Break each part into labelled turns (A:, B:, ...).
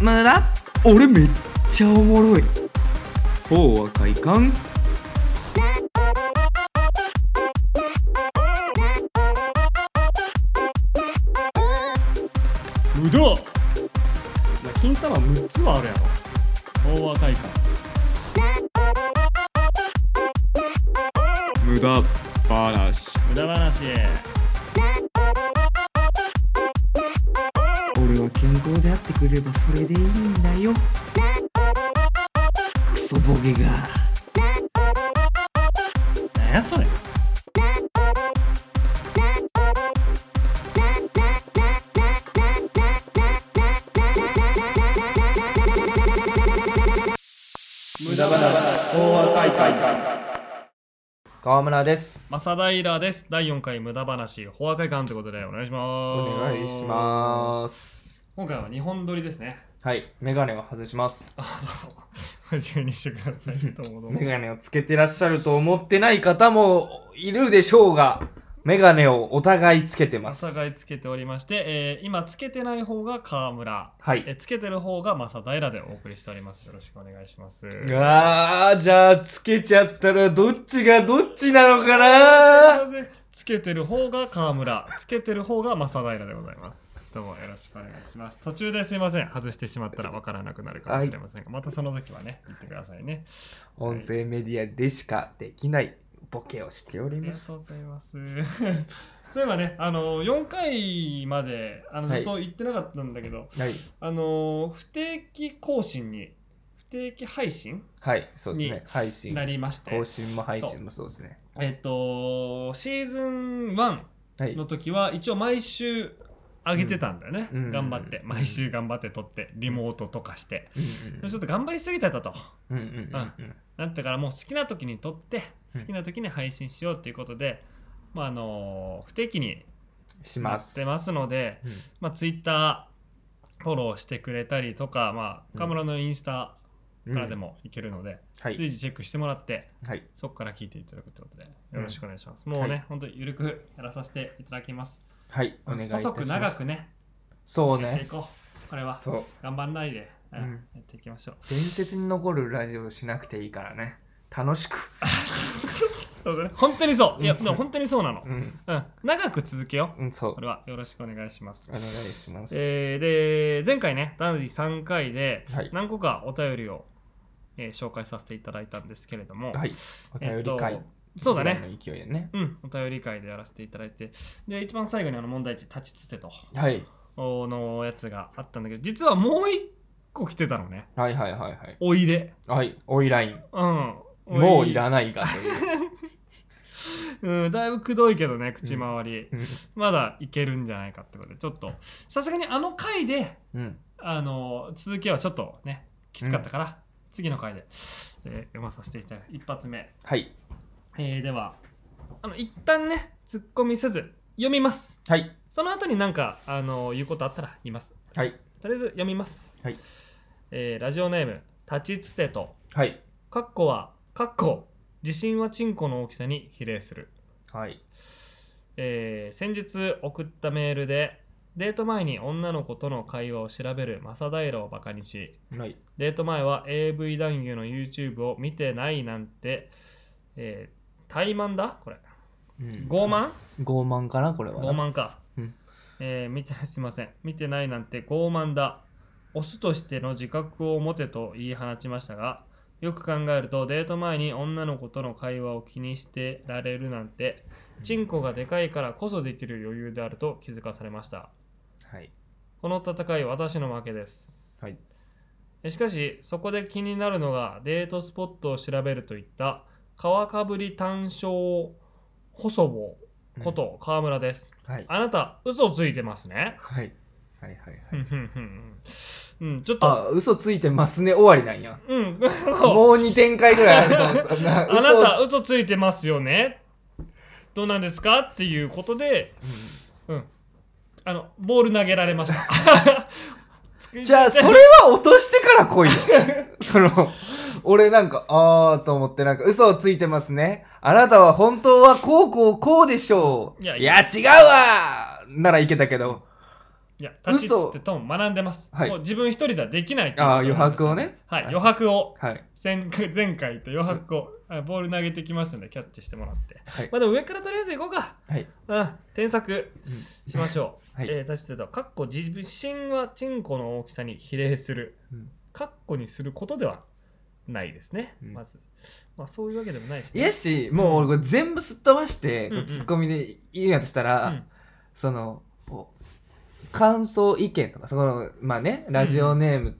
A: 村俺めっちゃおもろいほうは快感
B: 無駄お前金玉6つはあるやろ大赤いか
A: 無駄話
B: 無駄話
A: 俺は健康であってくれればそれでいいんだよクソボケが
B: なんやそれ無駄話大赤いか
C: 川村です
B: 正平です第4回無駄話法赤いかんということでお願いし
C: お
B: ます
C: 願いします
B: 今回は2本撮りですね
C: はいメガネを外します
B: あどうぞ ご自由にしてくださいどうもどうも
C: メガネをつけてらっしゃると思ってない方もいるでしょうがメガネをお互いつけて
B: お
C: ます
B: 互いつけておりまして、えー今つけてない方が川村、
C: はい
B: えーつけてる方が正平でお送りしておりますよろしくお願いします
C: あーじゃあつけちゃったらどっちがどっちなのかな
B: つけてる方が川村つけてる方が正平でございますどうもよろしくお願いします途中ですいません外してしまったらわからなくなるかもしれませんが、またその時はね言ってくださいね
C: 音声メディアでしかできないボケをしており
B: あり
C: ま
B: が
C: す
B: とうございます そういえばねあの4回まであ
C: は
B: のず
C: い
B: っと言ってなかったんだけど、
C: はい
B: あの不定期更新に不定期配信
C: はいそうです
B: に
C: ね配信
B: なりまして
C: 更新も配信もそうですね
B: えっとシーズン1
C: はい
B: の時は一応毎週上げてたんだよね、
C: うん
B: 頑張って
C: うん
B: 毎週頑張って撮ってリモートとかして、
C: うん
B: でもちょっと頑張りすぎたと
C: うんうんうんうんうん
B: なったからもう好きな時に撮って
C: う
B: 好
C: ん
B: きな時に配信しようっていうことで、まああの不定期に
C: し
B: や
C: ま
B: っ
C: す
B: てますので
C: うん
B: まあ、ツイッターフォローしてくれたりとか、まあ、岡村のインスタからでもいけるので、
C: は
B: 随
C: い。
B: 時チェックしてもらって
C: はい。
B: そこから聞いていただくということで
C: うん
B: よろしくお願いします、もうね、
C: はい
B: ほんとゆるくやらさせていただきます
C: はい。お願いいたします。
B: 細く長く。ね
C: そう
B: やってい
C: ね。
B: こうこれは
C: そう。
B: 頑張んないで、うん
C: うん
B: やっていきましょう
C: 伝説に残るラジオしなくていいからね。楽しく。
B: そうだね本当にそういや
C: うん
B: でも本当にそうなの、
C: うん。
B: うん、長く続けよう
C: うん、そう。
B: これはよろしくお願いします
C: お願いします。
B: えーで前回ね第3回で
C: はい
B: 何個かお便りを、えー紹介させていただいたんですけれども、
C: はい。お便り
B: えっ
C: 会。
B: とそうだね。
C: の勢いでね。
B: うん、お便り会でやらせていただいてで一番最後にあの問題値立ちつてと
C: はい。
B: のやつがあったんだけど実はもう一個来てたのね
C: はいはいはいはい。
B: おいで
C: はい。おいライン。
B: うん
C: もうい
B: ん、
C: らないがという。
B: うん、だいぶくどいけどね口周り、
C: うん
B: まだいけるんじゃないかってことでちょっとさすがにあの回で
C: うん。
B: あの続きはちょっとねきつかったから、次の回で、えー読まさせていただく一発目、
C: はい。
B: えーではあの一旦ねツッコミせず読みます
C: はい。
B: その後になんかあの言うことあったら言います
C: はい。
B: とりあえず読みます、
C: はい
B: えーラジオネーム立ちつてと
C: はい。
B: かっこはかっこ自信はチンコの大きさに比例する、
C: はい。
B: えー先日送ったメールでデート前に女の子との会話を調べる正平をバカにし
C: はい。
B: デート前は AV 男優の YouTube を見てないなんて、えー怠慢だこれ
C: うん
B: 傲慢、
C: 傲慢かなこれは。
B: 傲。慢か、
C: うん
B: えー見てすいません見てないなんて傲慢だオスとしての自覚を持てと言い放ちましたがよく考えるとデート前に女の子との会話を気にしてられるなんてチンコがでかいからこそできる余裕であると気づかされました
C: はい。
B: この戦い私の負けです
C: はい。
B: えしかしそこで気になるのがデートスポットを調べるといった川かぶり単勝細棒こと川村です、
C: うん。はい。
B: あなた嘘ついてますね
C: はい。はいはいはい。
B: うんうんうんうんちょっと
C: あ、嘘ついてますね。終わりなんや。
B: うん
C: もう 2展開ぐらいあると思ったな。
B: あな
C: 嘘
B: た嘘ついてますよねどうなんですかっていうことであのボール投げられました
C: うん じゃあ、それは落としてから来い よ。その、俺なんか、あーと思って、なんか、嘘をついてますね。あなたは本当はこうこうこうでしょう。
B: い
C: い
B: や
C: や、
B: い
C: 違うわならいけたけど、
B: いいや、立ちつってとも学んでます。
C: はい
B: もう自分一人ではできないっていう
C: ああ、
B: こと
C: 余
B: になりました
C: 白を。ね。
B: はい、
C: はい
B: 余白を
C: はい。
B: 前前回と余白を、あボール投げてきましたのでキャッチしてもらって、
C: はい
B: まあでも上からとりあえず行こうか、
C: はい。
B: うん、添削
C: うん
B: しましょう、
C: はい
B: えー立ちつてとはかっこ自身はチンコの大きさに比例する
C: うん
B: かっこにすることではないですね、
C: うん
B: まず、まあ、そういうわけでもないし、
C: いやし、もう俺これ全部すっ飛ばして、
B: うんうん
C: ツッコミで言うんやとしたら、
B: うん
C: その、こう感想意見とか、その、まあね、ラジオネーム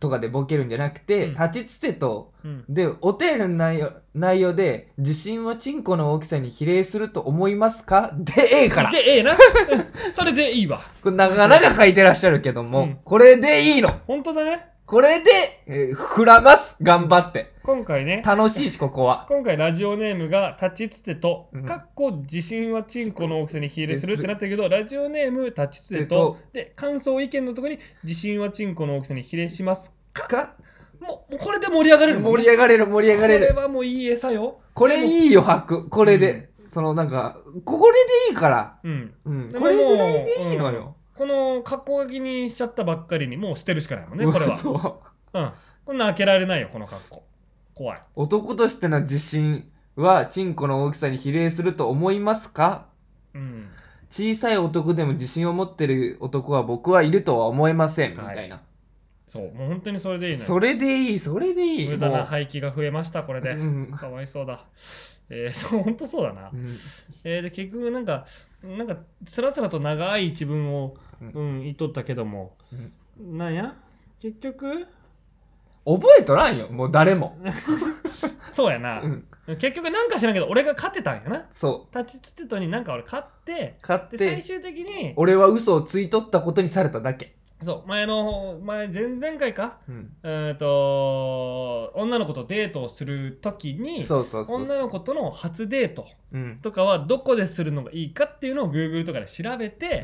C: とかでボケるんじゃなくて、
B: うん
C: 立ちつてと、
B: うん
C: で、お便りの内容内容で、自信はチンコの大きさに比例すると思いますかで、ええから
B: でええな それでいいわ
C: これなかなか書いてらっしゃるけども、
B: うん
C: これでいいの
B: 本当だね
C: これで、えー膨らます頑張って。
B: 今回ね
C: 楽しいし、ここは。
B: 今回ラジオネームが「立ちつてと」
C: うん
B: かっこ自信はチンコの大きさに比例するってなってるけどラジオネーム「立ちつてと」で感想意見のところに「自信はチンコの大きさに比例します
C: か」
B: もうもうこれで盛り上がれるもんね
C: 盛り上がれる、盛り上がれる
B: こ。れはもういい餌よ
C: これいいよ、白。これで。そのなんか、これでいいから。
B: うん
C: うん。
B: で
C: これぐらい
B: もう
C: でいいのよ。
B: この格好書きにしちゃったばっかりにもう捨てるしかないもんねこれは
C: そう
B: うんこんな開けられないよこの格好怖い
C: 男としての自信は、チンコの大きさに比例すると思いますか
B: うん
C: 小さい男でも自信を持ってる男は僕はいるとは思えません。みたいな。
B: そうもう本当にそれでいいのよ
C: それでいい、それでいい。
B: 無駄
C: も
B: な
C: う
B: 廃棄が増えましたこれで
C: うん
B: かわいそうだ。えー、そう本当そうだな
C: う。ん
B: えー、で結局なんか、なんか、つらつらと長い一文を、
C: うん
B: うん、言っとったけども、なんや結局
C: 覚えとらんよ、もう誰も。
B: そうやな
C: う。ん
B: 結局なんか知らんけど、俺が勝てたんやな。
C: そ
B: 立ちつてとになんか俺勝って
C: う。、買っ
B: で、最
C: て、
B: 終的に、
C: 俺は嘘をついとったことにされただけ。
B: そう、前の、前、前々回か、
C: うん
B: うーんと、女の子とデートをするときに、
C: そうそうそう。
B: 女の子との初デート
C: うん。
B: とかはどこでするのがいいかっていうのを Google とかで調べて、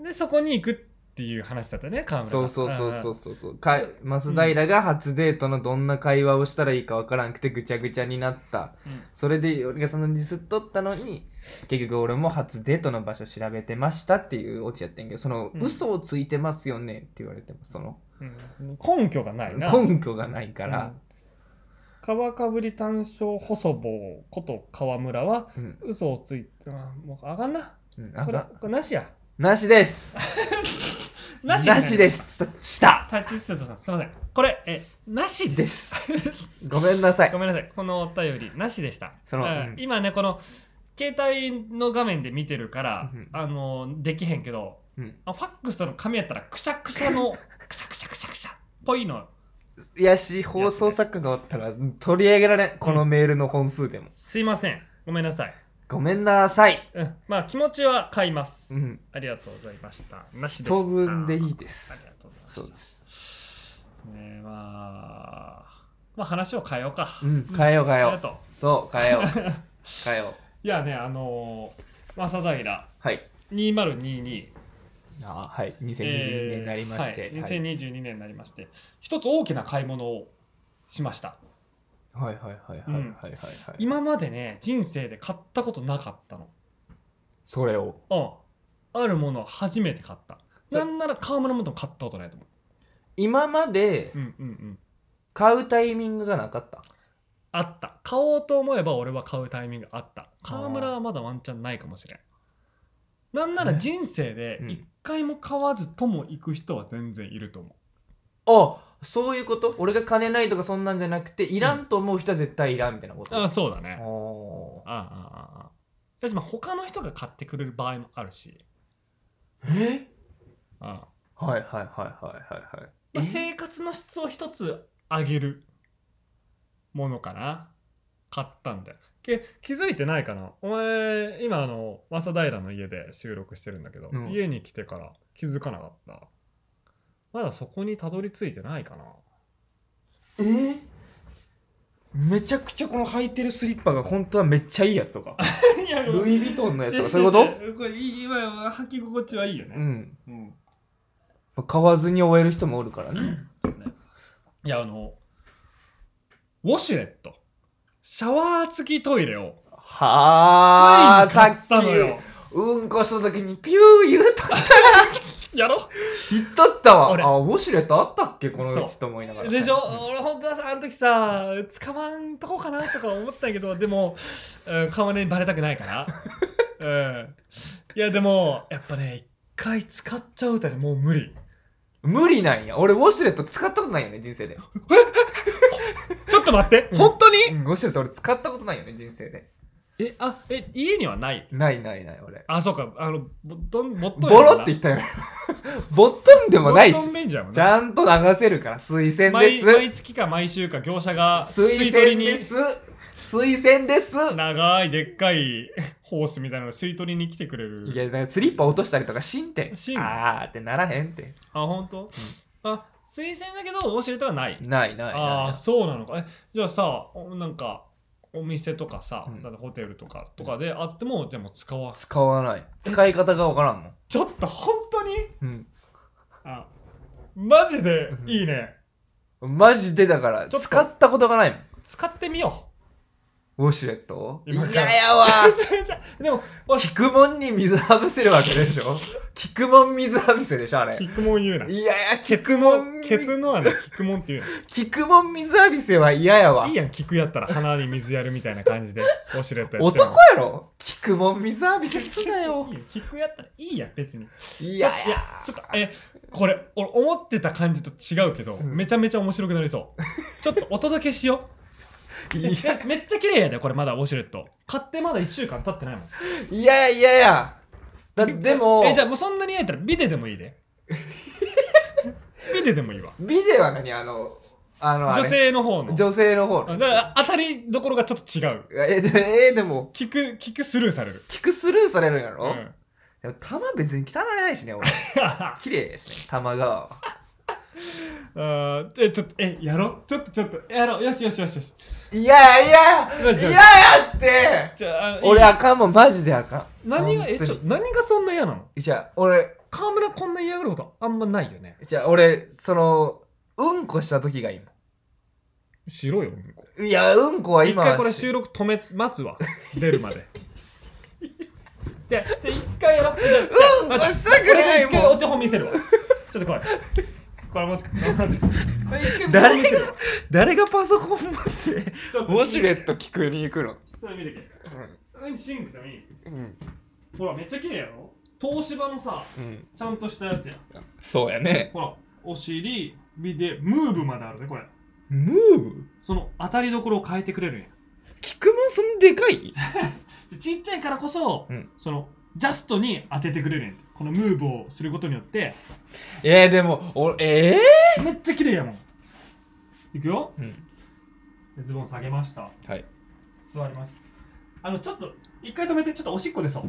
C: うん。
B: でそこに行くっていう話だったね河村
C: そう
B: が
C: そうそうそ
B: ん
C: うそうそうか増平が初デートのどんな会話をしたらいいかわからんくてぐちゃぐちゃになった
B: うん
C: それで俺がそのディスっとったのに結局俺も初デートの場所調べてましたっていうオチやってんけどその、
B: うん
C: 嘘をついてますよねって言われてもその
B: うん根拠がないな
C: 根拠がないから、
B: 皮かぶり単勝細胞こと河村は
C: うん
B: 嘘をついてあもうあかんな
C: うんあ
B: これ
C: な
B: これなしや
C: なしです
B: なし
C: ですした
B: 立ちつてとさんすいませんこれえなし
C: で
B: です
C: す ごめんなさい
B: ごめんなさいこのお便りなしでした
C: その
B: うん
C: うん
B: 今ねこの携帯の画面で見てるから、
C: うん
B: あのできへんけど、
C: うん
B: あファックスとの紙やったらくしゃくし ゃのくしゃくしゃくしゃくしゃっぽいの
C: いやし放送作家がおったら取り上げられんこのメールの本数でも、
B: すいませんごめんなさい
C: ごめんなさい
B: うん、まあ気持ちは買います、
C: うん
B: ありがとうございました。なしでした。
C: 当分でいいで
B: あり
C: す
B: がとうございます。
C: そうです。
B: ねえまあ、まあ話を変えようか。
C: うん、変えよう変え
B: あ
C: よ
B: りが
C: う。
B: とう。
C: そう、変えよう。変えよう。
B: いやね、あのー、正平
C: はい。
B: 2022。
C: あはい。
B: え
C: 2022
B: ー
C: 年になりまして。
B: はい。
C: はい
B: 2022年になりまして、一つ大きな買い物をしました。
C: はいはいはいはいはいはいはい。
B: 今までね、人生で買ったことなかったの。
C: それを。
B: うん。あるものを初めて買った。なんなら川村もでも買ったことないと思
C: 今まで
B: う。うんうんうん。
C: 買うタイミングがなかった。
B: あった買おうと思えば俺は買うタイミングあった河村はまだワンチャンないかもしれんなんなら人生で
C: うん
B: 一回も買わずとも行く人は全然いると思
C: あそういうこと俺が金ないとかそんなんじゃなくて、いらんと思う人は絶対いらんみたいなこ
B: う
C: と。
B: あそうだね
C: おー
B: あああああだしまあ他の人が買ってくれる場合もあるし
C: え
B: ああ
C: はいはいはいはいはいはい。
B: まあ生活の質を一つ上げるものかな買ったんだよけ気づいてないかなお前今あの正平の家で収録してるんだけど、
C: うん
B: 家に来てから気づかなかったまだそこにたどり着いてないかな
C: えーめちゃくちゃこの履いてるスリッパが本当はめっちゃいいやつと か
B: いや
C: ルイ・ヴィトンのやつとかそういうこと
B: これいい今は履き心地はいいよ
C: う
B: ね、
C: ん
B: うん
C: 買わずに終える人もおるからね。
B: いやあのウォシュレットシャワー付きトイレを
C: はあ、
B: ついに買
C: さっ
B: ったのよ
C: き、うんこした時にピュー言うとったら、
B: やろ
C: 言ったったわ
B: 俺
C: あウォシュレットあったっけこのうちと思いながら
B: でしょ、俺本当はさあの時さ捕まんとこかなとか思ったんやけどでも、うん、川根にバレたくないからうんいやでもやっぱね一回使っちゃうたらもう無理
C: 無理なんや俺ウォシュレット使ったことないよね人生で、
B: ちょっと待って、
C: うん
B: 本当に
C: うんウォシュレット俺使ったことないよね人生で
B: えあえ家にはない
C: ないないない俺
B: あそうかあのボットンボットン
C: ボロって言ったよね ぼっとんでもないし
B: ボットン便所やもん
C: ち
B: ね
C: ゃんと流せるから推薦で
B: 毎
C: す
B: 毎月か毎週か業者が
C: 推
B: 水取り
C: 薦
B: に
C: です推薦です
B: 長いでっかいホースみたいなの吸い取りに来てくれる
C: いやなんかスリッパ落としたりとかしんて
B: しん
C: あーってならへんって
B: あ本当、あ推薦だけど面白いとはない
C: ないない
B: あ
C: な
B: あ
C: い
B: そうなのかえじゃあさおなんかお店とかさ、
C: うん
B: だってホテルとかとかであってもでも使わん
C: 使わない使い方がわからんもん、
B: ちょっと本当に
C: うん
B: あマジでいいね
C: マジでだから
B: ちょっと
C: 使ったことがないも
B: 使ってみよ
C: んウォシュレットをい
B: 今
C: や
B: から
C: やわ
B: う じゃあでも
C: 聞くもんに水浴びせるわけでしょ聞くもん水浴びせでしょあれ
B: キックモン言うない
C: やいや
B: ケ
C: 聞
B: ツ
C: く
B: の
C: もん
B: ケツのあのキックモンって いう
C: 聞くもん水浴びせは嫌やわ
B: いいやんキックやったら鼻に水やるみたいな 感じでウォシュレットやって
C: 男やろ聞くもん水浴びせすなよ
B: いいキックやったらいいやん別に
C: い
B: いや
C: や
B: い
C: いや
B: やちょっとえこれ俺思ってた感じと違うけど、
C: うん
B: めちゃめちゃ面白くなりそうちょっとお届けしよう
C: い
B: えめっちゃ綺麗やでこれまだウォシュレット買ってまだ1週間経ってないもん
C: いやいやいやだってでも
B: えじゃあもうそんなにやったらビデでもいいで ビデでもいいわ
C: ビデは何あのあのあれ
B: 女性の方の
C: 女性の方
B: だ
C: の
B: から当たりどころがちょっと違う
C: えでえでも
B: 聞く聞くスルーされる、
C: 聞くスルーされるんや
B: う
C: ろ、
B: ん、
C: でも玉別に汚いないしね俺綺麗やしね玉が
B: あーえちょっとえやろうちょっとちょっとやろうよしよしよしよし
C: いやいや
B: どうし
C: い
B: よ
C: や
B: う
C: やって
B: じゃあ
C: 俺
B: いい
C: あかんもんマジであかん
B: 何がえちょ何がそんな嫌なの
C: じゃあ俺
B: 河村こんな嫌がることあんまないよね
C: じゃあ俺そのうんこした時がいいも
B: しろようんこ
C: んいやうんこは
B: 一
C: 今は
B: 回これ
C: し
B: 収録止め待 つわ出るまでじゃあじゃあ一回やろうじゃ
C: うんこ
B: あじゃあ
C: したく
B: 俺
C: な
B: が
C: い
B: 一回
C: も
B: お
C: ん
B: 手本見せるわちょっと来いこれも待って一回
C: 誰
B: 見せるわ
C: 誰がパソコン持って
B: ちょっ
C: ウ
B: と
C: ォシュレット聞くに行くの
B: ちょっと見てけうんシンクじゃんいい
C: うんうん、
B: ほらめっちゃ綺麗やろ東芝のさ
C: うん、
B: ちゃんとしたやつや
C: そうやね
B: ほらお尻ビデムーブまであるでこれ
C: ムーブ
B: その当たりどころを変えてくれるんや
C: 聞くもんそんでかい
B: でちっちゃいからこそ、
C: うん
B: そのジャストに当ててくれるんやてこのムーブをすることによって
C: えー、でもおえ
B: めっちゃ綺麗やもんいくよ
C: ーうん、
B: でズボン下げました
C: はい
B: 座りましたあのちょっと一回止めてちょっとおしっこ出そう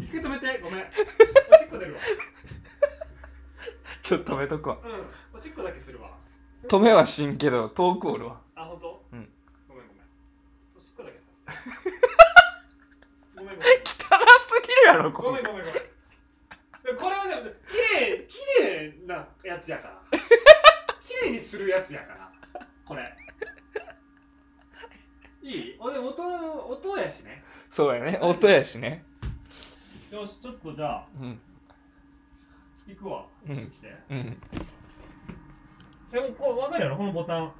B: 一回止めてごめんおしっこ出るわ
C: ちょっと止めとくわ
B: うんおしっこだけするわ
C: 止めはしんけど遠くおるわ
B: あ本当
C: うん
B: ごめんごめんおしっこだけさせてごめんごめん
C: 汚すぎるやろ
B: ごめんごめんごめん。これはでも、綺麗、綺麗なやつやから。綺麗にするやつやから。これ。いいおでも音、音やしね。
C: そうやね音やしね
B: よし、ちょっとじゃあ、
C: うん
B: 行くわ。
C: うん
B: ちょっと来て。
C: うん
B: でも、これ分かるやろこのボタン。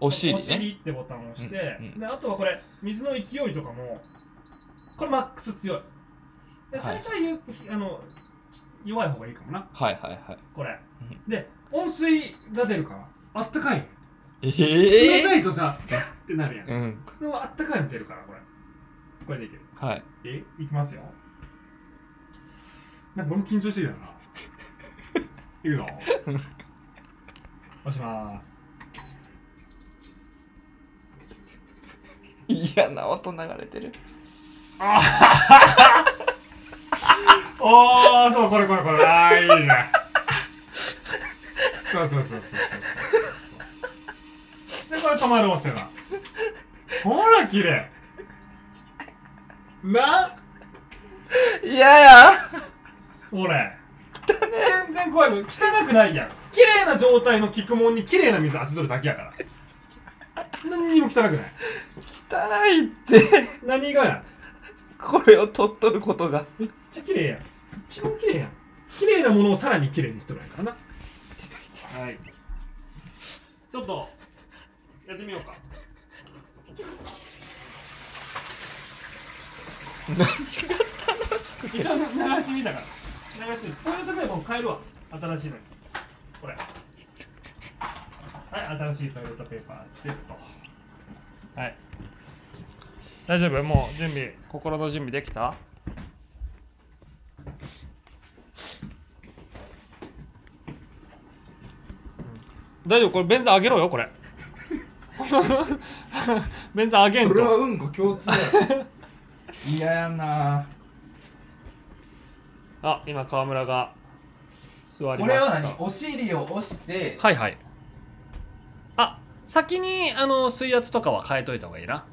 C: お尻ね
B: ってボタンを押して、
C: うんうん
B: で、あとはこれ、水の勢いとかも、これマックス強い。で、
C: は
B: 最
C: い
B: 初はゆ、あの、弱い方がいいかもな。
C: はいはいは
B: これ
C: う。
B: で、温水が出るから、あったかい。
C: い
B: 冷
C: え
B: たいとさ、キャッってなるやん。
C: ー、うん
B: でもあったかいの出るから、これ。これでいける。
C: はい
B: え、いきますよ。なんか俺も緊張してるよな。いくよ。押しまーす。
C: 嫌な音流れてる
B: おー、そう、これこれこれ。あー、いいね。そうそうそうそうそう。で、これ止まる音だ。ほら、綺麗。な
C: 嫌や
B: 俺全然怖いの汚くないやん綺麗な状態の菊門に綺麗な水当てとるだけやから何にも汚くない
C: 汚いって
B: 何がや
C: これを取っとることが
B: めっちゃ綺麗やん一番綺麗やん綺麗なものをさらに綺麗にしとるんやからなはいちょっとやってみようか一応流してみたから流してみトイレットペーパーも変えるわ新しいのにこれはい新しいトイレットペーパーですとはい大丈夫もう準備心の準備できた大丈夫これ便座あげろよこれ 便座あげんと
C: それはうんこ共通だ よ嫌やな
B: あ今川村が座り
C: こ
B: ま
C: れ
B: し
C: は
B: た
C: 何お尻を押して
B: はいはいあ先にあの水圧とかは変えといた方がいいな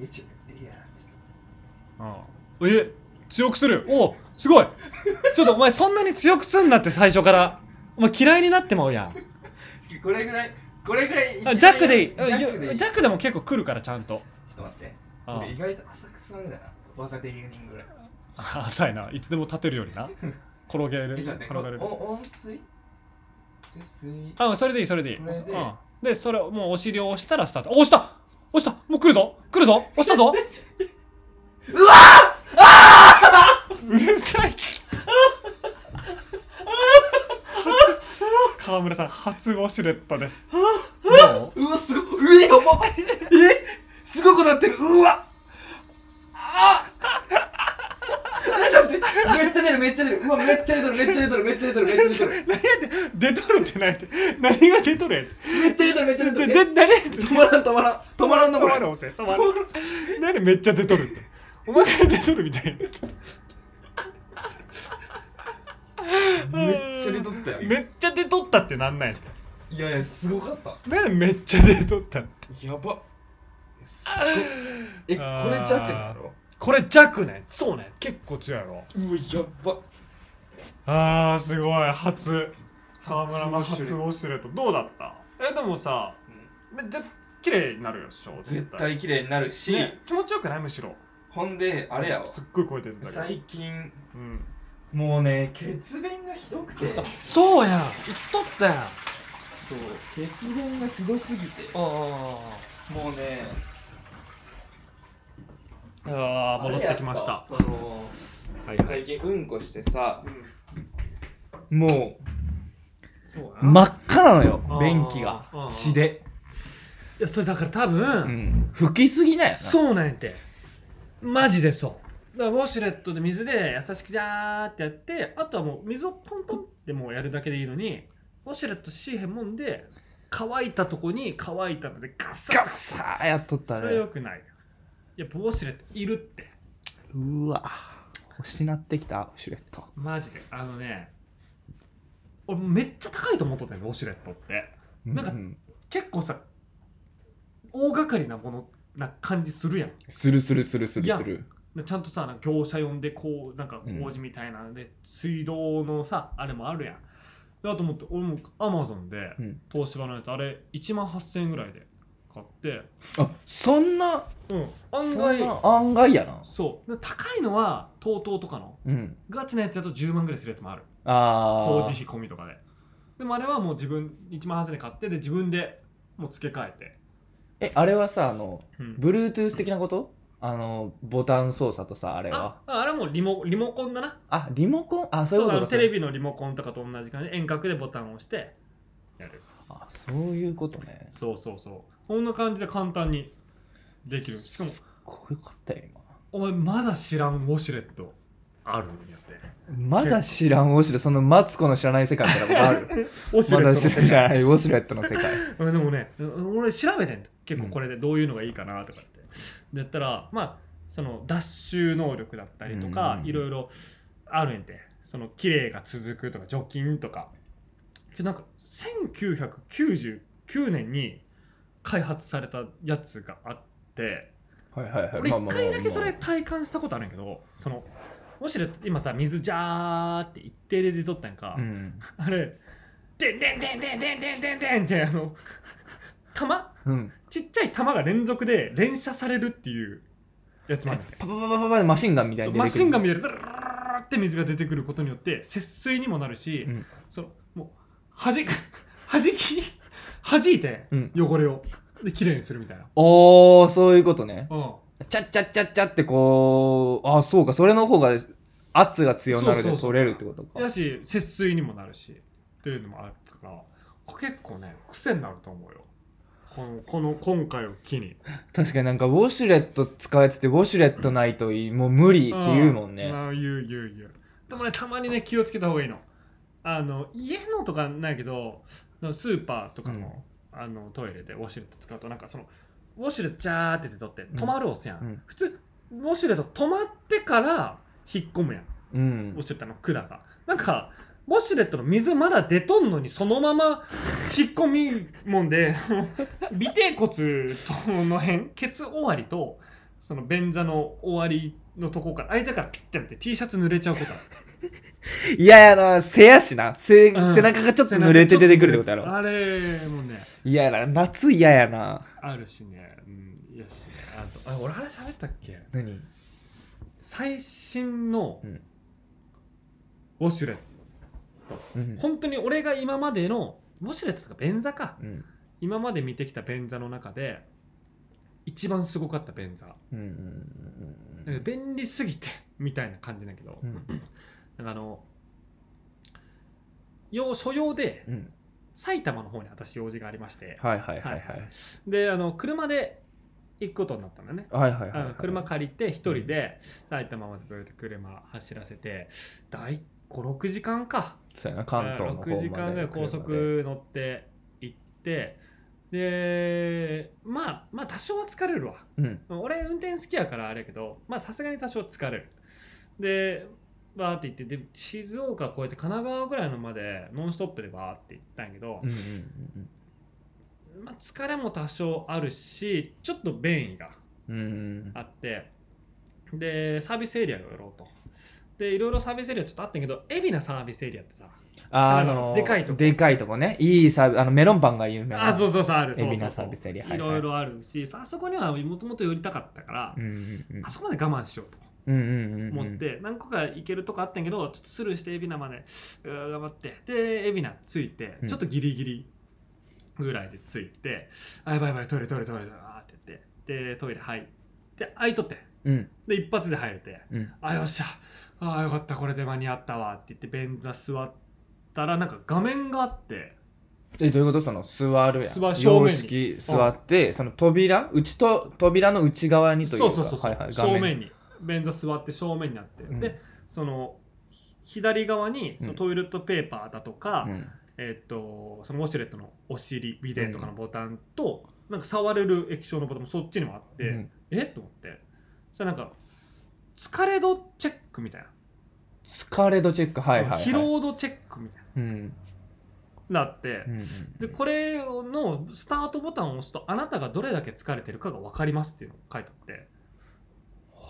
C: えちいや
B: うんえ強くするおすごいちょっとお前そんなに強くすんなって最初からお前嫌いになってまうやん
C: ちょこれぐらいこれぐらい一番
B: あ弱でいいうん
C: 弱でいいちょっ
B: 弱でも結構来るからちゃんと
C: と待って
B: うん
C: 俺意外と浅く座るんだな若手芸人ぐらい
B: あ浅いないつでも立てるよりな転げる
C: えちょ
B: 転
C: っと
B: が
C: 待
B: れ
C: って
B: る
C: こお温水で水
B: あうんそれでいいそれでいい
C: それで
B: うん、でそれをもうお尻を押したらスタートお押した押したもう来るぞ来るぞ押したぞ
C: うわ
B: うるさい川村さん初ウォシュレットですどう
C: うわすごいうえやばえすごくなってるうわああちょっと待ってめっちゃ出るめっちゃ出るうわめっちゃ出てるめっちゃ出てるめっちゃ出てるめっちゃ出てる
B: 出とるって何やって何が出とるやって
C: めっちゃ出てるめっちゃ出て
B: で
C: る
B: で何やって
C: え止まらん止まらん止まらんの
B: 止
C: これ
B: まる押せ止まる何めっちゃ出とるってお前が出とるみたい
C: めっちゃ出とったよ
B: めっちゃ出とったってなんなんやって
C: いやいやすごかった
B: 何めっちゃ出とったって
C: やばすっごいえこれジャックだろ
B: これ弱ねそうね結構強いやろ
C: うわやば
B: あーすごい初川村の
C: 初
B: 初
C: ウォシュレット
B: ウォシュレットどうだったえでもさめっちゃ綺麗になるよっしょ
C: 絶対綺麗になるし、
B: ね気持ちよくないむしろ
C: ほんであれやわ
B: すっごい声出てたけど、
C: 最近
B: うん、
C: もうね血便がひどくて
B: そうやん言っとったやんあ
C: そう血便がひどすぎてもうね
B: あー戻ってきました
C: あれやっぱその
B: はいはい、
C: 最近うんこしてさ
B: うん、
C: も
B: そうや
C: う真っ赤なのよ
B: あー
C: 便器が
B: あー
C: 血で、
B: いやそれだから多分、
C: うん、拭きすぎなよう
B: そうなんやてマジでそうだからウォシュレットで水で優しくジャーってやってあとはもう水をポンポンってもうやるだけでいいのにウォシュレットしへんもんで乾いたとこに乾いたのでガッサッ
C: ガッサーやっとった
B: それ
C: ね
B: よくないやっぱウォシュレットいるって
C: うわ星なってきたシュレット
B: マジであのね俺めっちゃ高いと思っとったよねウォシュレットってなんか
C: うん
B: 結構さ大掛かりなものな感じするやん
C: するするするす
B: いや
C: る
B: でちゃんとさなんか業者呼んでこうなんか工事みたいなので、水道のさあれもあるやんだと思って俺もアマゾンで、
C: うん
B: 東芝のやつあれ1万8000円ぐらいで買って
C: あそんな
B: うん
C: そ
B: 案
C: ん
B: 外
C: な案外やな
B: そうで高いのは TOTO とかの
C: うん
B: ガチなやつだと10万ぐらいするやつもある
C: あ
B: 工
C: ー
B: 事費込みとかででもあれはもう自分1万8000円で買ってで自分でもう付け替えて、
C: えあれはさあの
B: うん、
C: Bluetooth 的なことあのボタン操作とさあれは
B: あああれはもうリモリモコンだな
C: あリモコンあそうい
B: そうう
C: こ
B: あ
C: と
B: の
C: か
B: テレビのリモコンとかと同じ感じで遠隔でボタンを押してやる
C: あそういうことね
B: そうそうそうこんな感じで簡単にできるしかも
C: こういうことよ今
B: お前まだ知らんウォシュレットあるんやって
C: まだ知らんウォシュレットそのマツコの知らない世界から僕あ る
B: ウォシ
C: ま
B: ュレ
C: だ
B: ット
C: 知
B: の世界
C: らないウォシュレットの世界
B: うんでもねうん俺調べてん結構これでどういうのがいいかなとかって、でやったらまあその脱臭能力だったりと
C: うん
B: か
C: うん
B: いろいろあるんやてその綺麗が続くとか除菌とかけどなんか1999年に開発されたやつがあって
C: はいはいはい
B: 俺
C: まあ
B: 一
C: まあ
B: 回だけ
C: まあ
B: それ体感したことあるんやけどそのもし今さ水ジャーって一定で出とったんやんか、
C: うん
B: あれ「でんでんでんでんでんでんでんでん」ってあの玉
C: うん
B: ちっちゃい玉が連続で連射されるっていうやつもあるんだよ
C: パパパパパパでマシンガンみたい
B: そう
C: に
B: マシンガ
C: ン
B: ンみたいにズルルルルルルっって水が出てくることによって節水にもなるし、
C: うん
B: そのもうはじくはじきはじいて
C: うん
B: 汚れをで綺麗にするみたいな、
C: おーそういうことね
B: うん、
C: ちゃっちゃっちゃっちゃってこうあそうかそれの方が圧が強くなる
B: そう
C: で
B: そうそう
C: 取れるってことか
B: やし節水にもなるしというのもあったからこれ結構ね癖になると思うよこのこの今回を機に
C: 確かになんかウォシュレット使えててウォシュレットないといいもう無理って言うもんね、
B: あ言う言う言うでもねたまにね気をつけた方がいいのあの家のとかないけどスーパーとかの,、あのトイレでウォシュレット使うとなんかそのウォシュレットジャーって出とって
C: ん
B: 止まる押すやん、
C: うん
B: 普通ウォシュレット止まってから引っ込むやん
C: う
B: ウォ
C: ん
B: シュレットの管がなんかウォシュレットの水まだ出とんのにそのまま引っ込みもんで その尾てい骨との辺ケツ終わりとその便座の終わりのとこから間からピッてやって T シャツ濡れちゃうことある
C: いややな背やしな背,、
B: う ん
C: 背中がちょっと濡れて出てくるってことやろ
B: あれもね
C: 嫌やな夏嫌やな
B: あるしねうんいやしあとあ俺あれ喋ったっけ
C: 何
B: 最新の
C: うん
B: ウォシュレット、
C: うん
B: 本当に俺が今までのウォシュレットとか便座か
C: うん
B: 今まで見てきた便座の中で一番すごかった便座、
C: うんうん
B: なんか便利すぎてみたいな感じだけど、
C: うんうん
B: なんかあの用所用で
C: うん
B: 埼玉の方に私用事がありまして、
C: はいはいはいはい
B: であの車で行くことになったんだね、
C: はいはいはい
B: あの車借りて一人で埼玉までブーッと車走らせて大56時間か
C: そうやな関東の方まで
B: 6時間ぐらい高速乗って行ってでまあまあ多少は疲れるわ
C: うん
B: 俺運転好きやからあれやけどまあさすがに多少疲れるでバーって行ってで静岡越えて神奈川ぐらいのまでノンストップでバーって行ったんやけど
C: うん、うんうん
B: まあ、疲れも多少あるしちょっと便意が
C: うんうん
B: あってでサービスエリアをやろうとでいろいろサービスエリアちょっとあったんやけど海老名サービスエリアってさ
C: あ
B: 神奈川
C: の
B: でかいとこ
C: でかいとこねいいサービスあのメロンパンが有名な
B: あそうそうそうあるそう
C: 海
B: そ
C: 老名
B: う
C: サ
B: そう
C: ービスエリアはい
B: いろいろあるしさあそこにはもともと寄りたかったから、
C: うんうんうん
B: あそこまで我慢しようと
C: うんうんうんうん
B: 思って、何個か行けるとこあったんやけどちょっとスルーして海老名までうー頑張ってで海老名着いて
C: うん
B: ちょっとギリギリぐらいで着いて、あやばいやばいトイレトイレトイレトイレあーって言ってでトイレ入って開いとって
C: うん
B: で一発で入れて
C: うん
B: あよっしゃあよかったこれで間に合ったわって言って便座座ったらなんか画面があって
C: えどういうことその座るやん
B: 座正面に
C: 洋式座って、その扉内と扉の内側にという
B: そ
C: か
B: うそうそうそう、
C: はいはい、
B: 正面
C: に
B: に便座座って正面になって、
C: うん
B: でそのひ左側にそのトイレットペーパーだとか、えっとそのウォシュレットのお尻ビデとかのボタンと、なんか触れる液晶のボタンもそっちにもあって、
C: うん
B: えっと思ってそしたらなんか疲れ度チェックみたいな、
C: 疲れ度チェックはいはい、はい、
B: 疲労度チェックみたい
C: うん
B: ななって、
C: うんうん
B: でこれのスタートボタンを押すとあなたがどれだけ疲れてるかが分かりますっていうのが書いてあって、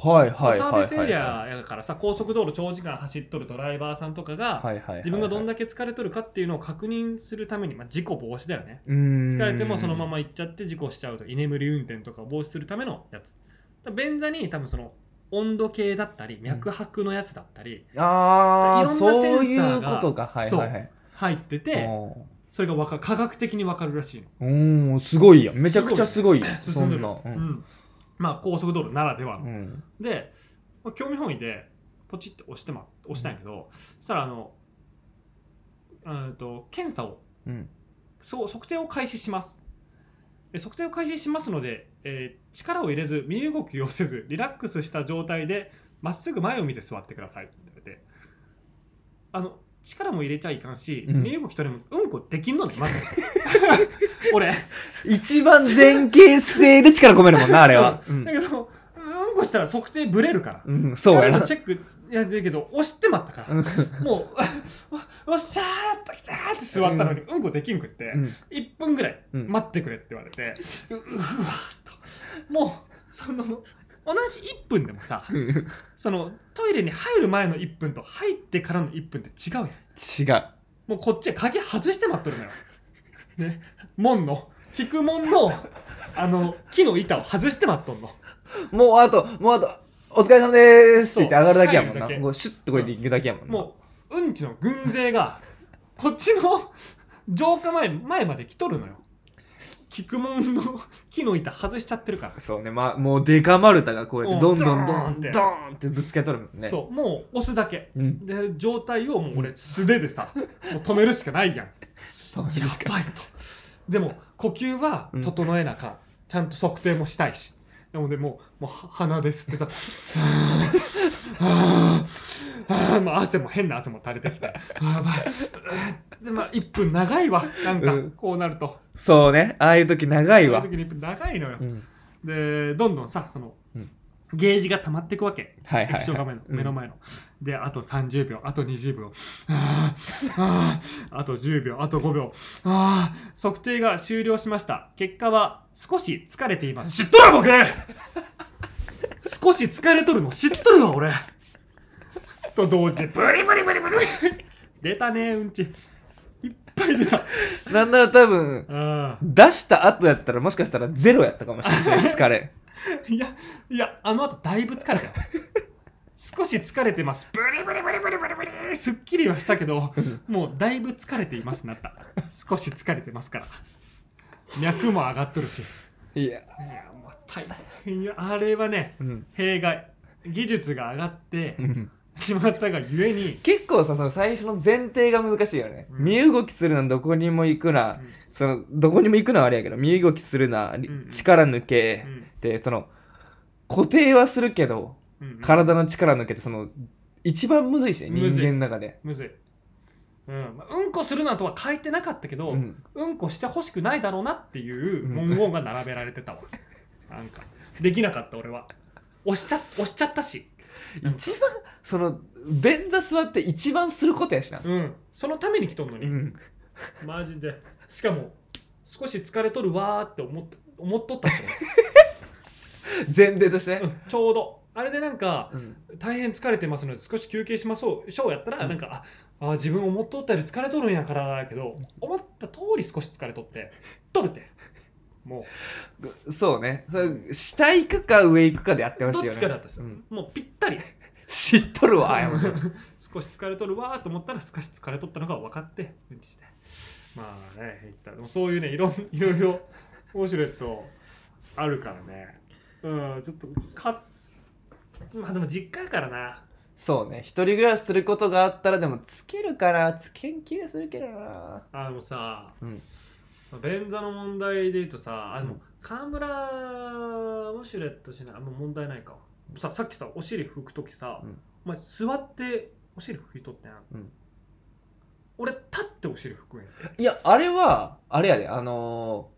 C: はいはいはいはい
B: サービスエリ
C: は
B: アやからさ高速道路長時間走っとるドライバーさんとかが
C: いはいはい
B: 自分がどん
C: な
B: だけ疲れとるかっていうのを確認するために、まあ、事故防止だよね
C: 疲
B: 疲れてもそのまま行っちゃって事故しちゃうと居眠り運転とかを防止するためのやつだから便座に多分その温度計だったり脈拍のやつだったり
C: ああ
B: いろんなセンサーが
C: そういうことかはいはいはい
B: 入ってて
C: お
B: それがわか科学的に分かるらしいの
C: ーおーすごいやんめちゃくちゃすごいやん
B: 進んでる
C: そな
B: うんまあ、高速道路ならではの
C: うんうん
B: で、まあ興味本位でポチッて押してま押したんやけど、そしたらあのうんと検査を
C: うん
B: そう測定を開始しますで測定を開始しますので、えー力を入れず身動きをせずリラックスした状態でまっすぐ前を見て座ってくださいって言われてあの力も入れちゃいかんし、
C: うん
B: 身動き取れもうんこできんのねま ず俺
C: 一番前傾性で力込めるもんなあれは、うん
B: だけどうんこしたら測定ブレるから
C: うん、そうや
B: あ
C: な
B: のチェックいやだけど押してまったから
C: うん
B: もう、 わわっしゃーっときたーって座ったのに、うんこできんくって、
C: うん
B: 1分ぐらい
C: うん
B: 待ってくれって言われて、ううわーっと、もう、その、同じ1分でもさ、
C: うん
B: そのトイレに入る前の1分と入ってからの1分って違うやん。
C: 違う
B: もうこっちは鍵外して待っとるのよ。ね、門の、引く門の、あの、木の板を外して待っとんの。
C: もうあと、もうあと、お疲れ様でーすって言って
B: そ
C: 上
B: う
C: がるだけやもんな
B: 入るだけ
C: こうシュッとこれで行くだけやもんな
B: もううんちの軍 勢がこっちの浄化前前まで来とるのよ菊門の木の板外しちゃってるから、
C: そうねまあもうデカ丸太がこうやってどんどんど
B: うん
C: ん
B: ドーンって
C: どーンってぶつけとるもんね
B: そうもう押すだけ
C: うん
B: で状態をもう俺素手でさもう止めるしかないやん
C: そう
B: やばいとでも呼吸は整えなあかん、ちゃんと測定もしたいしなのでもうもうは鼻で吸ってさあーあーあーまあ 汗も変な汗も垂れてきてあーやばいあーでまあ1分長いわなんか
C: うん
B: こうなると、
C: そうねああいう時長いわ
B: そういう時に1分長いのよ、
C: うん
B: でどんどんさその、
C: うん
B: ゲージが溜まっていくわけ
C: はいはい
B: 液晶画
C: は
B: 面
C: い
B: の目の前の、であと30秒あと20秒あーあーあと10秒あと5秒あー測定が終了しました結果は少し疲れています知っとる僕 少し疲れとるの知っとるわ俺と同時でブリブリブリブリ出たねうんちいっぱい出た
C: うんなんなら多分
B: あ
C: 出した後やったらもしかしたらゼロやったかもしれ ない疲れ
B: ーいやいやあの後だいぶ疲れたよ少し疲れてますブリブリブリブリブリブリすっきりはしたけどもうだいぶ疲れていますなった少し疲れてますから脈も上がっとるしい
C: いや
B: やもう大変よあれはね
C: うん
B: 弊害技術が上がって
C: うん
B: しまったがゆえに
C: 結構さその最初の前提が難しいよね、
B: うん
C: 身動きするなどこにも行くな、
B: うん
C: そのどこにも行くのはあれやけど身動きするな、り
B: うんうん
C: 力抜け
B: う、ん
C: でその固定はするけど
B: うん
C: 体の力抜けてその一番むずいしね
B: むず
C: 人
B: い
C: 間の中で、
B: むずいうんまあうんこするなとは書いてなかったけど、
C: うん、
B: うんこしてほしくないだろうなっていう文言が並べられてた わ、なんかできなかった俺は押しちゃ押しちゃったし
C: 一番その便座座って一番することやしな
B: うんそのために来とんのに、
C: ん
B: マジでしかも少し疲れとるわーって思っ思っとったし、
C: 前提として
B: う
C: ね
B: んちょうどあれでなんか
C: うん
B: 大変疲れてますので少し休憩しましょうショーやったら
C: うん
B: なんか、ああ自分思っとったより疲れとるんやからだけど思った通り少し疲れとってとるっても
C: そうねそれ下行くか上行くかでやって
B: う
C: ほ
B: どっ
C: しいよ
B: ちかだ
C: ね
B: ったです
C: う
B: よ、
C: ん
B: もうぴったり
C: 知っとるわやもん
B: 少し疲れとるわーと思ったら少し疲れとったのが分かってうんちしてまあね言ったでもそういうねいろん いろいろウォシュレットあるからねうんちょっとかまあでも実家やからな
C: そうね一人暮らしすることがあったらでもつけるからつけん気がするけどな
B: あのさ、
C: うん
B: 便座の問題で言うとさあでも河村ウォシュレットしないあもう問題ないかささっきさお尻拭く時さ、
C: うん
B: お前座ってお尻拭きとってん、
C: うん
B: 俺立ってお尻拭くんやて
C: いやあれはあれやであの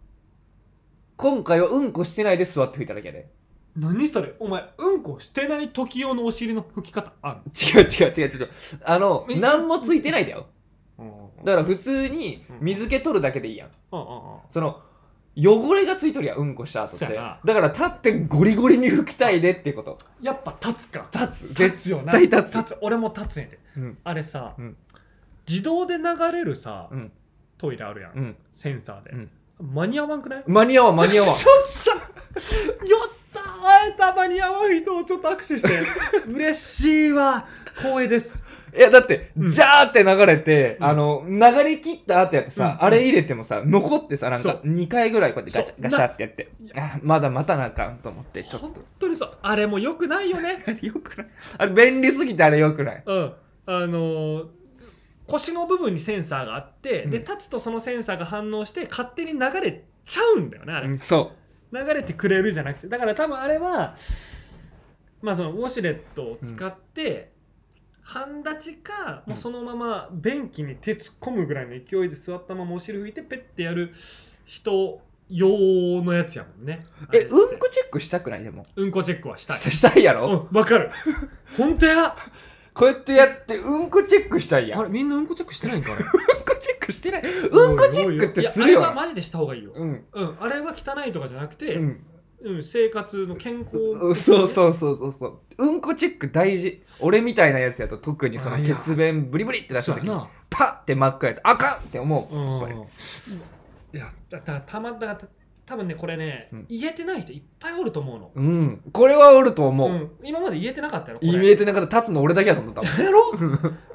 C: ー、今回はうんこしてないで座って吹いただけやで
B: 何それお前うんこしてない時用のお尻の拭き方ある
C: 違う違う違う違うあの
B: え
C: 何もついてないだよ
B: うん
C: だから普通に水気取るだけでいいやん
B: うん
C: その汚れがついとるやんうんこした後って
B: そや
C: だ
B: な
C: から立ってゴリゴリに拭きたいでっていうこと
B: やっぱ立つか
C: 立つ
B: 立つよな
C: 絶対立つ
B: 俺も立つんやて
C: うん
B: あれさ、
C: うん
B: 自動で流れるさ、
C: うん
B: トイレあるやん、
C: うん
B: センサーで、
C: うん
B: 間に合わんくない
C: 間に合わん間に合わん
B: よっしゃやった会えた間に合わん人をちょっと握手して 嬉しいわ光栄です
C: いやだって、
B: うん
C: ジャーって流れて、
B: うん
C: あの流れ切った後やってさ、
B: うん
C: あれ入れてもさ残ってさなん
B: そ
C: か
B: う
C: 2回ぐらいこうやってガチ
B: そう
C: ャガシャってやって
B: い
C: あまだまたなあかんと思ってちょっと
B: 本当にそうあれもよくないよね
C: あれよくないあれ便利すぎてあれよくない
B: うん、あのー腰の部分にセンサーがあって、で
C: うん
B: 立つとそのセンサーが反応して勝手に流れちゃうんだよねあれ、
C: うんそ
B: 流れてくれるじゃなくてだから多分あれはまあそのウォシュレットを使って、半立ちかもうそのまま便器に手突っ込むぐらいの勢いで座ったままお尻拭いてペッてやる人用のやつやもんねあ
C: う
B: れっ
C: え
B: て
C: うんこチェックしたくないでも、
B: うんこチェックはしたい
C: したいや
B: う
C: ろ、
B: んわ かる本当や
C: こうやってやってうんこチェックしたいやん
B: あれみんなうんこチェックしてないんかあれ
C: うんこチェックしてないうんこチェックってする
B: い
C: よ
B: やあれはマジでした方がいいよ、
C: うん
B: うん、あれは汚いとかじゃなくて、
C: う
B: うん
C: ん
B: 生活の健康、
C: うんそうそうそうそうそううんこチェック大事俺みたいなやつやと特にその
B: あいや
C: 血便ブリブリって出した
B: そうや
C: 時に
B: な
C: パッて真っ赤やとあかんって思う
B: うん
C: これ
B: いやだだたまだた多分ねこれね、
C: うん
B: 言えてない人いっぱいおると思うの、
C: うんこれはおると
B: う
C: 思う、
B: ん今まで言えてなかったよこれ
C: イメージなかった立つの俺だけやと思ったもん
B: や ろ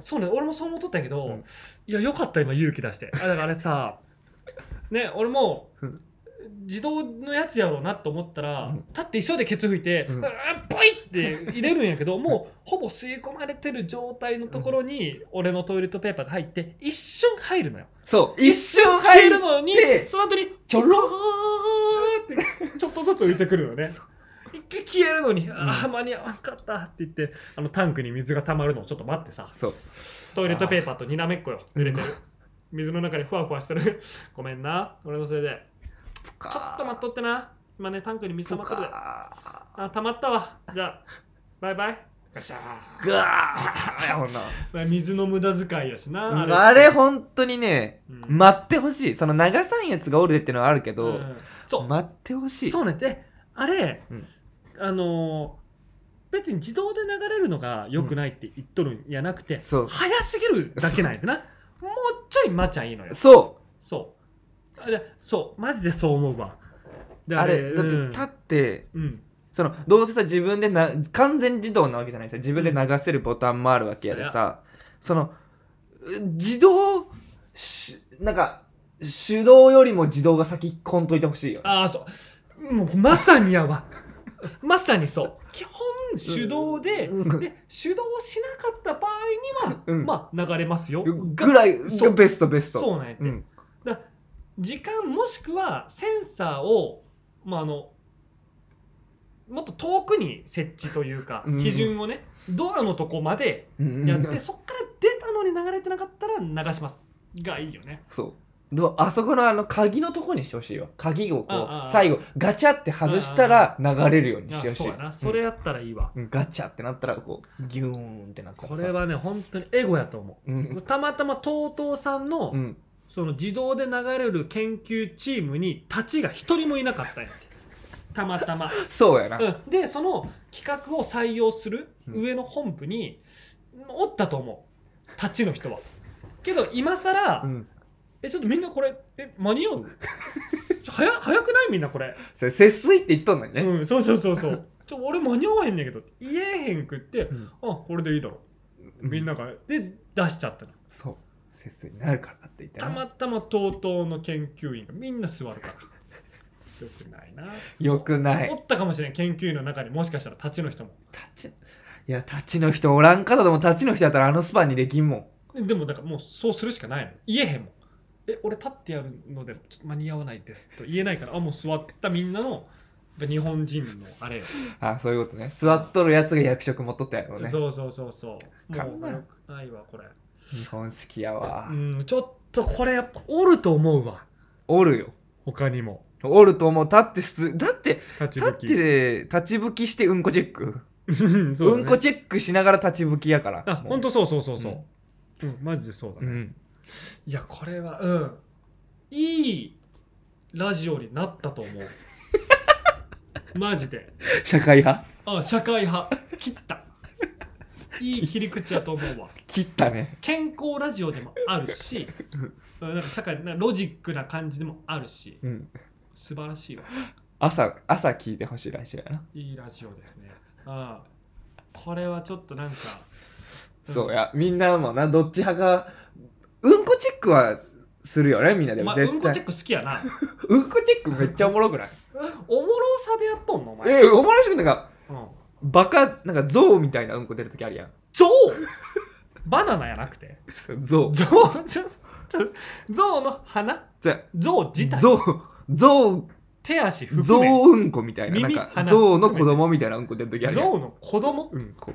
B: そうね俺もそう思っとったんやけど、
C: うん
B: いやよかった今勇気出してあだからあれ さね俺も
C: うん
B: 自動のやつやろうなと思ったら、
C: うん
B: 立って急いでケツ拭いて、
C: うん
B: うわポイって入れるんやけどもうほぼ吸い込まれてる状態のところに俺のトイレットペーパーが入って一瞬入るのよ
C: そう一瞬
B: 入
C: 入
B: る
C: る
B: のに
C: で
B: その後に
C: ちょろ
B: ってちょっとずつ浮いてくるのね一回消えるのに、ああ間に合わんかったって言ってあのタンクに水が溜まるのをちょっと待ってさ
C: そう
B: トイレットペーパーとにらめっこよ濡れてる水の中でふわふわしてる ごめんな俺のせいで
C: ちょっ
B: ちょっと待っとってな今ねタンクに水溜まっとるで
C: ガ
B: あ溜まったわじゃあバイバイガシャー
C: ーやほんな
B: まあ水の無駄遣いやしな
C: あれ本当にね
B: うん
C: 待ってほしいその長さんやつがおるでってのはあるけ
B: う
C: ど、
B: んそう
C: 待ってほしい
B: そうねであれ、
C: うん
B: あのー別に自動で流れるのが良くないって言っとるんやなくて、
C: そう
B: 早すぎるだけなんやでなもうちょい待ちゃいいのよ
C: そ
B: そうあれそうマジでそう思うわ
C: う
B: で
C: あれだって
B: うん
C: 立って
B: うん
C: そのどうせさ自分でな完全自動なわけじゃないさ自分で流せるボタンもあるわけやでさ、そのう自動しなんか手動よりも自動が先こんといてほしいよね
B: ああそうもうまさにやわ まさにそう基本手動で,、
C: うん
B: で手動しなかった場合には、
C: うん
B: まあ流れますよ
C: ぐらい
B: そ
C: が
B: う
C: ベストベスト
B: そうなんやって、
C: うん
B: 時間もしくはセンサーを、まあ、あのもっと遠くに設置というか、
C: うん
B: 基準をねドアのとこまで
C: うん
B: やって、そっから出たのに流れてなかったら流しますがいいよね
C: そうどうあそこのあの鍵のとこにしてほしいわ鍵をこ
B: あああ
C: う最後ガチャって外したら流れるように
B: あ
C: してほし
B: そう
C: い
B: やなそれやったらいいわ、
C: うんガチャってなったらこうギューンってなったらさ
B: これはね本当にエゴやと思
C: う
B: う、
C: ん
B: たまたま TOTO さんの、
C: うん
B: その自動で流れる研究チームに立ちが一人もいなかったんやってたまたま
C: そうやな
B: うん、でその企画を採用する
C: うん
B: 上の本部に、おったと思う立ちの人はけど今更
C: うん
B: えちょっとみんなこれえ間に合うちょ早早くないみんなこれ、
C: それ節水って言っとんだよね
B: うん、そうそうそうそうちょ俺間に合わへんねんけど言えへんくって、
C: うん
B: あこれでいいだろ
C: う
B: みんなが、で出しちゃったの
C: そう節水になるからって言って
B: たま
C: な
B: たま TOTO の研究員がみんな座る からよくないな
C: よくな
B: お
C: い
B: ったかもしれん研究員の中にもしかしたら立ちの人も
C: 立ちいや立ちの人おらんかったとも立ちの人やったらあのスパンにできんもん
B: ででもだからもうそうするしかないの言えへんもんえ俺立ってやるのでちょっと間に合わないですと言えないからあもう座ったみんなのやっぱ日本人のあれよ、
C: あそういうことね座っとるやつが役職持っとったやろうね
B: そうそうそうそう
C: か
B: も
C: ん
B: う
C: な
B: よくないわこれ
C: 日本式やわ
B: うんちょっとこれやっぱおると思うわ
C: おるよ
B: 他にも
C: おると思うだってすだって
B: 立
C: 立ってで立ち拭きしてうんこチェック
B: うん
C: う,、んこチェックしながら立ち拭きやから
B: あ本
C: 当
B: 当そうそうそうそう、うんマジでそうだ
C: う
B: ね、
C: ん
B: いやこれはうんいいラジオになったと思う マジで
C: 社会派
B: あ社会派切ったいい切り口やと思うわ
C: 切ったね
B: 健康ラジオでもあるしうんなんか社会なんかロジックな感じでもあるし
C: うん
B: 素晴らしいわ
C: 朝朝聞いてほしいらしいやない
B: いラジオですねあこれはちょっとなんか
C: そうやみんなもなどっち派かうんこチェックはするよねみんなで
B: お
C: も
B: 前うん
C: 絶
B: こチェ
C: 対
B: ック好きやな
C: うんこチェックめっちゃおもろくない
B: おもろさでやっとんのお 前、
C: えおもろしくないなんか
B: うん、
C: バカなんか象みたいなうんこ出るときある やん
B: ゾウバナナやなくて
C: 象
B: ゾウちょちょゾウの花
C: じゃ
B: ゾウ自体
C: 象象
B: 手足含
C: 象
B: め
C: うんこみたいななん
B: 耳
C: か
B: 鼻
C: 象の子供みたいなうんこ出るときあるやん
B: ゾウの子供
C: うんこ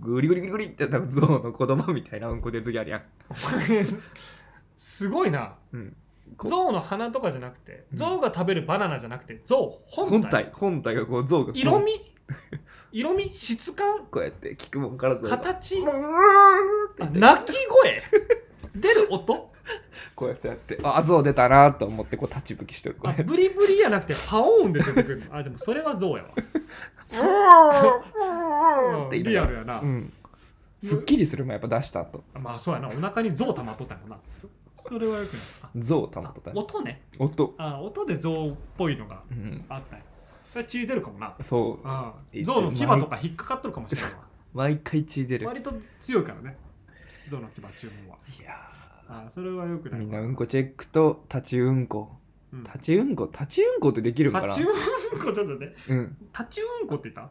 C: グリグリグリグリって多分ゾウの子供みたいなうんこ出る時あるやん、
B: すごいな
C: うん、こう
B: 象の鼻とかじゃなくて
C: うん
B: 象が食べるバナナじゃなくて象本体
C: 本体本体がこうゾウが
B: 色
C: こ
B: 味色味質感
C: うこうやって聞くもんからゾウが
B: 形
C: うーん
B: あ鳴き声出る音
C: こうやってやってあゾウ出たなと思ってこう立ち吹きしてるこ
B: あ
C: うやって
B: ブリブリじゃなくてパオーンで出てくるのあでもそれは象やわ
C: うーんって言い
B: リ
C: な
B: ア
C: が
B: ル
C: ら
B: やな
C: うんすっきりするもんやっぱ出した後
B: まあそうやなお腹に象溜まっとったんやなそれはよくないあ
C: 象を保っとった
B: あ
C: ね
B: 音ね
C: 音
B: あ音で象っぽいのが
C: うん
B: あったんやそれは血出るかもな
C: そう
B: うん象の牙とか引っかかっとるかもしれないわ
C: 毎回血出る
B: 割と強いからね象の牙注文はい
C: や
B: あそれはよく
C: ー
B: ない
C: みんなうんこチェックと立ちうんこ
B: うん
C: 立ちうんこ立ちうんこってできるんか
B: タ
C: な
B: チウンコちょっとね
C: うん
B: タチウンコって言っ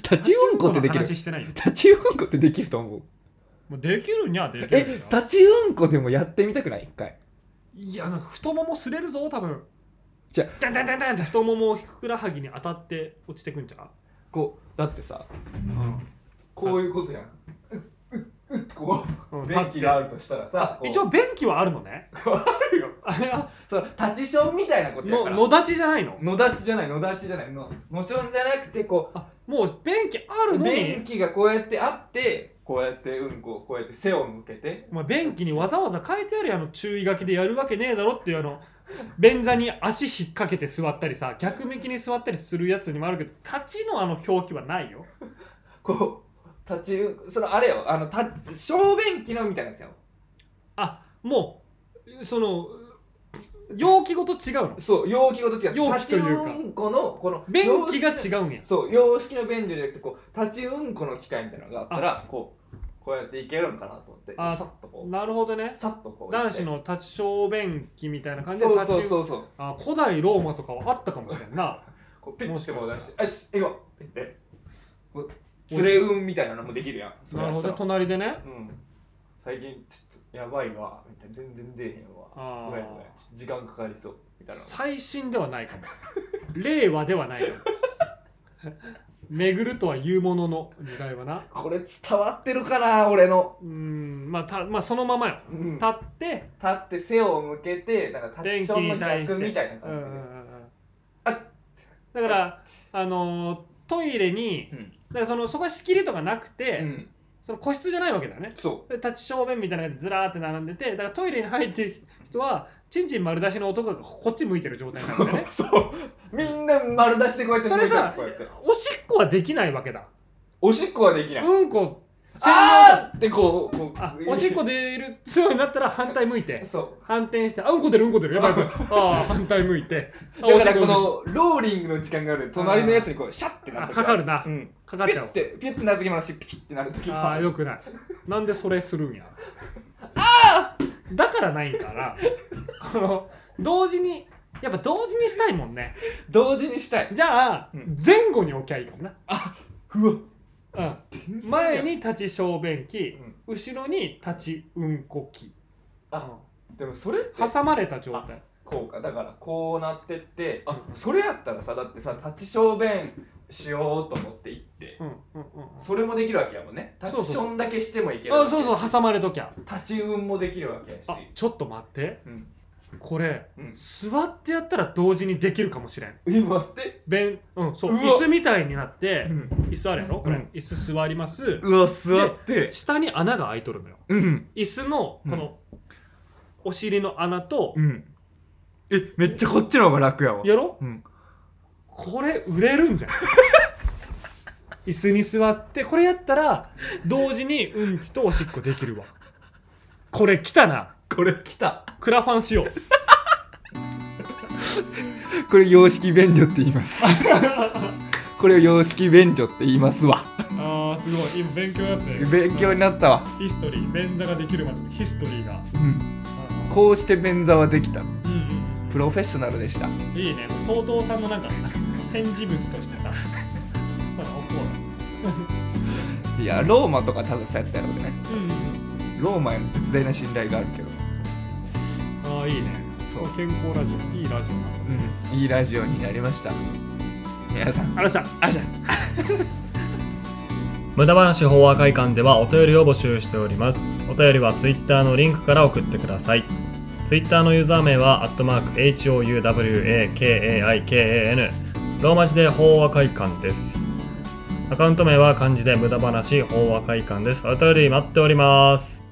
B: た
C: 立ちうんこってできる
B: タチウンコの話してないよ
C: 立ちうんこってできると思う
B: もうできるにはできる
C: え
B: よ
C: 立ちうんこでもやってみたくない一回
B: いやなんか太もも擦れるぞ多分
C: じゃ
B: ダンダンダンダンって太ももをふくらはぎに当たって落ちてくんじゃ
C: こうだってさ
B: ううん
C: こういうことやんうっうっうっこ
B: うん
C: う
B: 立っ
C: 便
B: て
C: 器があるとしたらさこう
B: 一応便器はあるのねあるよあれは
C: その立ちションみたいなことやか
B: の
C: ら
B: 野立ちじゃないの
C: 野立ちじゃない野立ちじゃないののしょんじゃなくてこ
B: あもう便器あ
C: う
B: るの
C: 便
B: に
C: 器がこうやってあってこうやってうんこをこうやって背を向けて
B: お前便器にわざわざ書いてあるやの注意書きでやるわけねえだろっていうあの便座に足引っ掛けて座ったりさ逆向きに座ったりするやつにもあるけど立ちのあの表記はないよ
C: こう立ちうんそのあれよあのた小便器のみたいなやつよ
B: あもうその容器ごと違うの
C: そう容器ごと違う
B: 容器というか
C: 立ちうんこのこの
B: 便器が
C: 様式の
B: 違うんや
C: そう様式の便所じゃなくてこう立ちうんこの機械みたいなのがあったらこうこうやっていけるんかなと思って
B: あ
C: さっとこう
B: なるほどね
C: さっとこう
B: 男子の立ち小便器みたいな感じで
C: そう
B: 立ち
C: そうそうそう
B: あ古代ローマとかはあったかもしれんな
C: こうピ
B: も
C: ッ
B: してか
C: こ
B: し
C: う
B: たら
C: 出してよし行こうって言ってこう連れ運みたいなのもできるやんそれ
B: な
C: や
B: る
C: っ
B: ほ
C: た
B: ど
C: ら
B: 隣でね
C: うん最近ちょっとやばいわみたいな全然出えへんわ
B: あ
C: ごめんごめんち
B: ー
C: ょっと時間かかりそうみたいな
B: 最新ではないかも令和ではないかも巡るとは言うものの時代はな
C: これ伝わってるかな俺の、
B: うーんまあたまあそのままよ
C: うん
B: 立って
C: 立って背を向けてなんかタッチ
B: 電気
C: ションの
B: に対して
C: 逆みたいな
B: うんうんうん
C: 感
B: うん
C: あ
B: だからあのートイレに
C: じで
B: だからそのそこは仕切りとかなくて、
C: うん、うん、
B: その個室じゃないわけだよね
C: そ
B: で立ち正面みたいな感じでずらーって並んでてだからトイレに入ってる人はちんちん丸出しの男がこっち向いてる状態なんだよね
C: う そうみんな丸出してこうやって
B: それさ
C: こうやって
B: おしっこはできないわけだ
C: おしっこはできない、
B: うんこ専用
C: あーってこうこう
B: あおしっこ出る強いになったら反対向いて
C: そ
B: 反転してあうんこ出るうんこ出るやばい やばいああ反対向いてあ
C: うだから
B: おし
C: こ
B: っ出る
C: のローリングの時間がある隣のやつにこうシャッてなった
B: あかかるな
C: うん、
B: かかっ
C: ピ
B: ちゃ
C: ュ
B: う
C: ッてピュッてなる時もあるしピチッてなる時も
B: あ
C: あ
B: あ
C: る
B: よくないなんでそれするんやだからないんかなこの同時にやっぱ同時にしたいもんね
C: 同時にしたい
B: じゃあ、
C: うん
B: 前後に置きゃいいかもな、
C: うわ
B: うん、
C: 天才や
B: 前に立ち小便器
C: うん、
B: 後ろに立ちうんこ器、
C: あでもそれって
B: うん挟まれた状態
C: こうかだからこうなってってあそれやったらさだってさ立ち小便しようと思って行って
B: うんうんうんうん
C: それもできるわけやもんね立ちションだけしてもいける
B: あ
C: わけ
B: そうそう挟まれときゃ
C: 立ち運もできるわけやし
B: あちょっと待って
C: うん
B: これ
C: うん
B: 座ってやったら同時にできるかもしれん
C: え待って
B: 便うんそう
C: うわ
B: 椅子みたいになって
C: ん
B: 椅子あるやろこれ、
C: うん
B: 椅子座ります
C: うわ
B: 座って下に穴が開いとるのよ
C: うん
B: 椅子のこの、お尻の穴と、
C: んえめっちゃこっちの方が楽やわ
B: やろ
C: うん
B: これ売れる んじゃない椅子に座ってこれやったら同時にうんちとおしっこできるわこれ来たな
C: これ来た
B: クラファンしよう
C: これ様式便所って言い ますこれを様式便所って言いますわ
B: あーすごい今勉強になって
C: 勉強になったわ、
B: ヒストリー便座ができるまでのヒストリーが
C: うん、こうして便座はできた
B: うん
C: プロフェッショナルでした
B: うんいいね TOTO さんのなんか展示物としてさ ほら置こ
C: いやローマとか多分そうやったやろうね
B: ううん
C: ローマへの絶大な信頼があるけど
B: ああいいね
C: そう
B: これ健康ラジオいいラジオなんだ
C: うんいいラジオになりました皆さん
B: あらっしゃあらっしゃ無駄話法話会館ではお便りを募集しておりますお便りは Twitter のリンクから送ってください Twitter のユーザー名は @howakaikan ローマ字で法話会館ですアカウント名は漢字で無駄話法話会館ですお便り待っております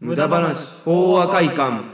D: 無駄話法話会館